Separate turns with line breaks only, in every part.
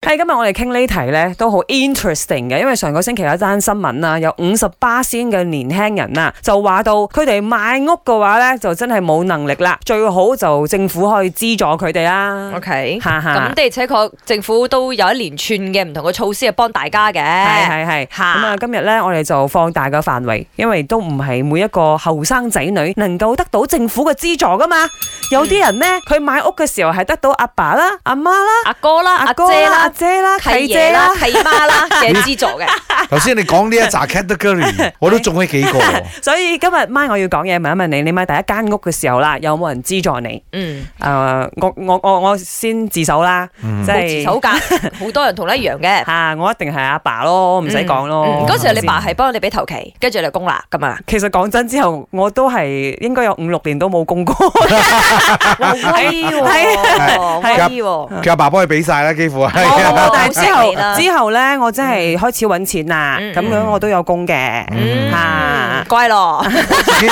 係今日我哋傾呢題咧都好 interesting 嘅，因為上個星期有一單新聞啊，有五十八先嘅年輕人啊，就話到佢哋買屋嘅話咧，就真係冇能力啦，最好就政府可以資助佢哋啦。嗯
OK，
哈
咁
哈，
的而且確政府都有一連串嘅唔同嘅措施係幫大家
係
嘅。
係係。
嚇
咁啊，今日咧我哋就放大個範圍，因為都唔係每一個後生仔女能夠得到政府嘅資助噶嘛。有啲人咧，佢買屋嘅時候係得到阿爸啦、阿媽啦、
阿哥啦、
阿
阿
哥
姐
啦、阿
啦、
姐啦、契
契爺
姐
啦
啦、。
契媽 啦嘅資助嘅。
頭先你講呢一扎 category，我都中咗幾個。
所以今日媽我要講嘢，問一問你，你買第一間屋嘅時候啦，有冇人資助你？
嗯，
誒、我我我我先自首啦，
嗯
即
冇自
係
首㗎，好多人同你一樣嘅。
嚇、我一定係阿爸咯，唔使講咯。
嗯嗰時候你爸
係咪
係幫你俾頭期，跟住你就供啦咁啊。
先。其實講真，之後我都係應該有五六年都冇供過，啊
哇威喎，威喎。
佢阿爸幫佢俾晒啦，幾乎 係。
哦
但係之後
好錫你啦
之後咧，我真係開始揾錢啦，
嗯
咁、樣我都有供嘅。
嗯
嗯
嚇，
乖咯，
我自己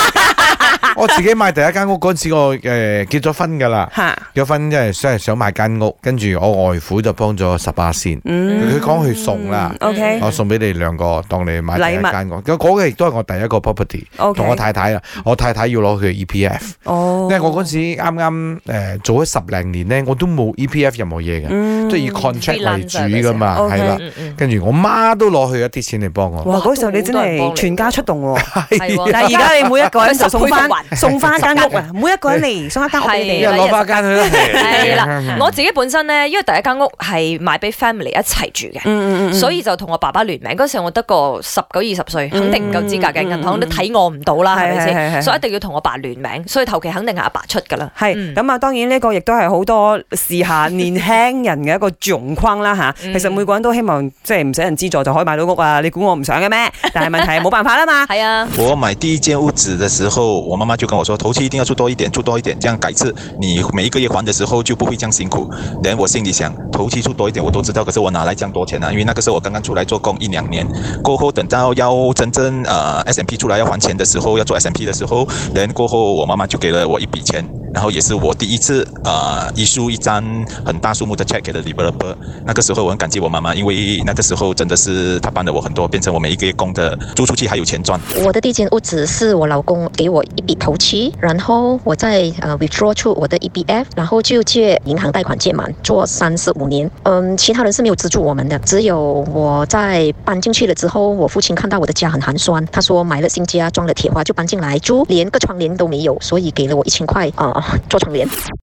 我自己買第一間屋嗰陣時，我誒結咗婚㗎啦，
嚇，
結咗婚即係想係想買間屋，跟住我外父就幫咗十八先，
嗯
佢講去送啦。
，OK
我送俾你兩個，當你買第一間屋。咁嗰個亦都係我第一個 property，
OK，
同我太太啊，我太太要攞佢嘅 EPF，
哦
因，為我嗰陣時啱啱誒做咗十零年咧，我都冇 EPF 任何嘢嘅，
嗯
即係以 contract 為主噶嘛，
freelancer
係啦。
嗯嗯，
跟住我媽都攞佢一啲錢嚟幫我，
哇！嗰時候你真係全家出動喎。
係 喎
但係而家你每一個人就送翻
佢十倍復還
送翻間屋啊，每一個人嚟送一間屋俾
一
你
日
啊。
攞翻間去啦。
係 啦，我自己本身咧，因為第一間屋係買俾 family 一齊住嘅。
嗯嗯嗯嗯，
所以就同我爸爸聯名嗰時候，我得個十九二十歲，肯定唔夠資格嘅，
嗯嗯嗯
銀行都睇我唔到啦，係咪
係係係係
先？所以一定要同我爸聯名，所以頭期肯定係阿爸出㗎啦。
係
嗯
咁啊，當然呢個亦都係好多時下年輕人嘅一個窘框啦吓，
嗯
其實每個人都希望即係唔使人資助就可以買到屋啊，你估我唔想嘅咩？但係問題係冇辦法啦嘛。
係啊，
我买第一间屋子的时候，我妈妈就跟我说，头期一定要出多一点，出多一点，这样改次你每一个月还的时候就不会这样辛苦。连我心里想，头期出多一点我都知道，可是我哪来这样多钱呢、啊因为那个时候我刚刚出来做工一两年，过后等到要真正呃 S M P 出来要还钱的时候，要做 S M P 的时候，连过后我妈妈就给了我一笔钱，然后也是我第一次呃一书一张很大数目的 check 给了 developer。那个时候我很感激我妈妈，因为那个时候真的是她帮了我很多，变成我每一个月供的租出去还有钱赚。
我的第一间屋子是我老公给我一笔头期，然后我再呃 withdraw 出我的 EBF，然后就借银行贷款借满，做三十五年。嗯，其他人是没有资助我们的，只有我在搬进去了之后，我父亲看到我的家很寒酸，他说买了新家装了铁花就搬进来住，连个窗帘都没有，所以给了我一千块啊、呃做窗帘。